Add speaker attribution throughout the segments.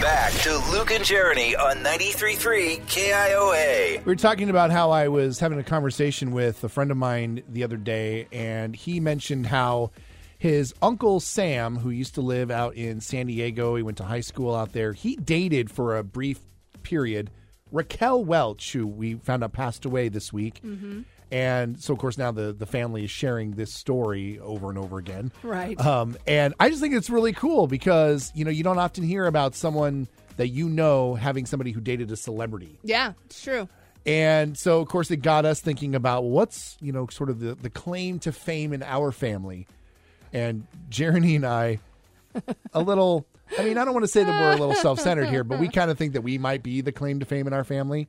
Speaker 1: back to Luke and Jeremy on 93.3 KIOA.
Speaker 2: We were talking about how I was having a conversation with a friend of mine the other day, and he mentioned how his uncle Sam, who used to live out in San Diego, he went to high school out there, he dated for a brief period Raquel Welch, who we found out passed away this week. And so, of course, now the, the family is sharing this story over and over again.
Speaker 3: Right.
Speaker 2: Um, and I just think it's really cool because, you know, you don't often hear about someone that you know having somebody who dated a celebrity.
Speaker 3: Yeah, it's true.
Speaker 2: And so, of course, it got us thinking about what's, you know, sort of the, the claim to fame in our family. And Jeremy and I, a little, I mean, I don't want to say that we're a little self centered here, but we kind of think that we might be the claim to fame in our family.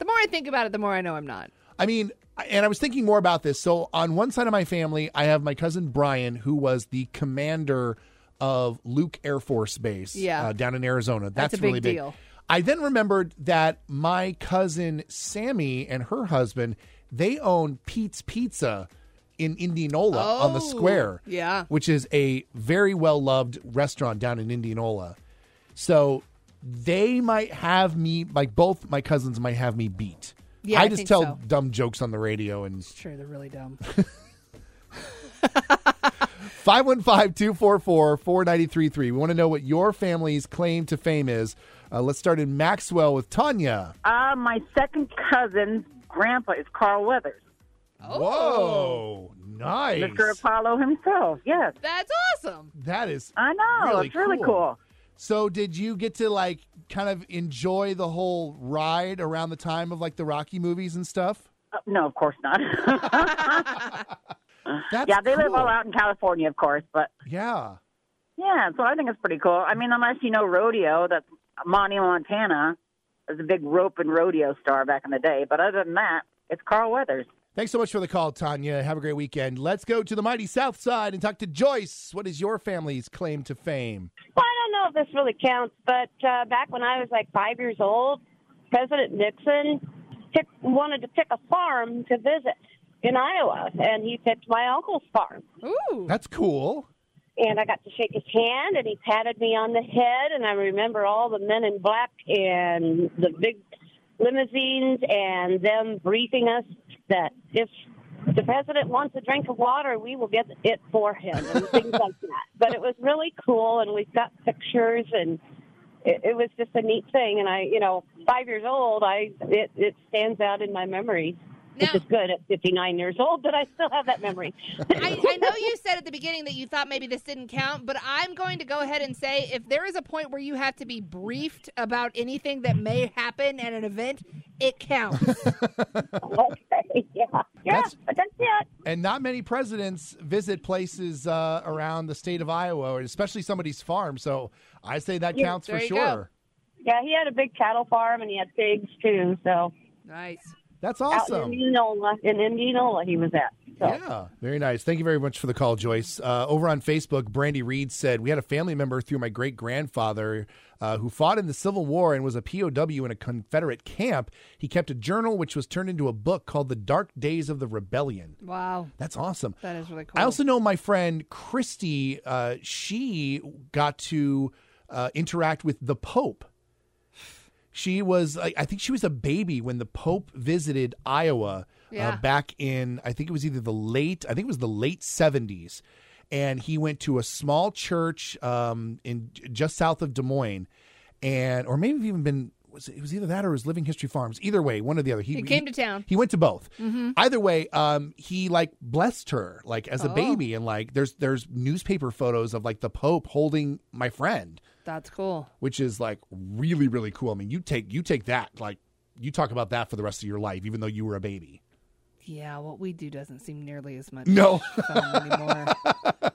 Speaker 3: The more I think about it, the more I know I'm not.
Speaker 2: I mean, and I was thinking more about this. So, on one side of my family, I have my cousin Brian, who was the commander of Luke Air Force Base
Speaker 3: Yeah.
Speaker 2: uh, down in Arizona. That's,
Speaker 3: That's a big
Speaker 2: really big.
Speaker 3: deal.
Speaker 2: I then remembered that my cousin Sammy and her husband, they own Pete's Pizza in Indianola on the
Speaker 3: Oh,
Speaker 2: square.
Speaker 3: yeah.
Speaker 2: Which is a very well loved restaurant down in Indianola. So they might have me like both my cousins might have me beat.
Speaker 3: Yeah,
Speaker 2: I
Speaker 3: I
Speaker 2: just
Speaker 3: think
Speaker 2: tell
Speaker 3: so.
Speaker 2: dumb jokes on the radio and
Speaker 3: It's true. They're really dumb.
Speaker 2: 515-244-4933. We want to know what your family's claim to fame is. Uh, let's start in Maxwell with Tanya.
Speaker 4: Uh, my second cousin's grandpa is Carl Weathers, Oh.
Speaker 2: Whoa. Nice.
Speaker 4: Mr. Apollo himself. Yes,
Speaker 3: That's awesome.
Speaker 2: That is
Speaker 4: I know.
Speaker 2: Really
Speaker 4: it's really
Speaker 2: cool.
Speaker 4: cool.
Speaker 2: So did you get to like kind of enjoy the whole ride around the time of like the Rocky movies and stuff?
Speaker 4: Uh, no, of course not.
Speaker 2: That's
Speaker 4: yeah, they live
Speaker 2: cool.
Speaker 4: all out in California, of course. But
Speaker 2: Yeah.
Speaker 4: yeah, so I think it's pretty cool. I mean, unless you know rodeo, that's Monty Montana was a big rope and rodeo star back in the day. But other than that, it's Carl Weathers.
Speaker 2: Thanks so much for the call, Tanya. Have a great weekend. Let's go to the mighty South Side and talk to Joyce. What is your family's claim to fame?
Speaker 5: Well, I don't know if this really counts, but uh, back when I was like five years old, President Nixon pick, wanted to pick a farm to visit in Iowa, and he picked my uncle's farm.
Speaker 3: Ooh.
Speaker 2: That's cool.
Speaker 5: And I got to shake his hand, and he patted me on the head, and I remember all the men in black and the big limousines and them briefing us that if the president wants a drink of water, we will get it for him and things like that. But it was really cool, and we've got pictures, and it, it was just a neat thing. And I, you know, five years old, I it, it stands out in my memory.
Speaker 6: Now-
Speaker 5: Which is good at 59 years old, but I still have that memory.
Speaker 6: I, I know you said at the beginning that you thought maybe this didn't count, but I'm going to go ahead and say if there is a point where you have to be briefed about anything that may happen at an event, it counts.
Speaker 5: okay, yeah, yeah,
Speaker 2: That's-
Speaker 5: but that's it.
Speaker 2: And not many presidents visit places uh, around the state of Iowa, or especially somebody's farm. So I say that
Speaker 5: Yeah,
Speaker 2: counts for
Speaker 6: there you
Speaker 2: sure.
Speaker 5: Yeah, he had a big cattle farm and he had pigs too. So
Speaker 3: Nice.
Speaker 2: That's
Speaker 5: out in
Speaker 2: awesome.
Speaker 5: Indianola, in Indianola, he was at. So
Speaker 2: Yeah, very nice. Thank you very much for the call, Joyce. Uh, over on Facebook, Brandy Reed said we had a family member through my great grandfather uh, who fought in the Civil War and was a POW in a Confederate camp. He kept a journal which was turned into a book called "The Dark Days of the Rebellion."
Speaker 3: Wow.
Speaker 2: That's awesome.
Speaker 3: That is really cool.
Speaker 2: I also know my friend Christy. Uh, she got to uh, interact with the Pope. She was, I I think, she was a baby when the Pope visited Iowa uh,
Speaker 3: Yeah.
Speaker 2: back in, I think it was either the late, I think it was the late seventies, and he went to a small church um, in just south of Des Moines, and or maybe even been. Was it, it was either that or it was Living History Farms. Either way, one or the other.
Speaker 6: He came to town. Mm-hmm.
Speaker 2: He went to both. Either way, um, he like blessed her like as a
Speaker 6: Oh.
Speaker 2: baby, and like there's there's newspaper photos of like the Pope holding my friend,
Speaker 3: That's cool.
Speaker 2: which is like really really cool. I mean, you take you take that like you talk about that for the rest of your life, even though you were a baby.
Speaker 3: Yeah, what we do doesn't seem nearly as much
Speaker 2: No.
Speaker 3: fun anymore.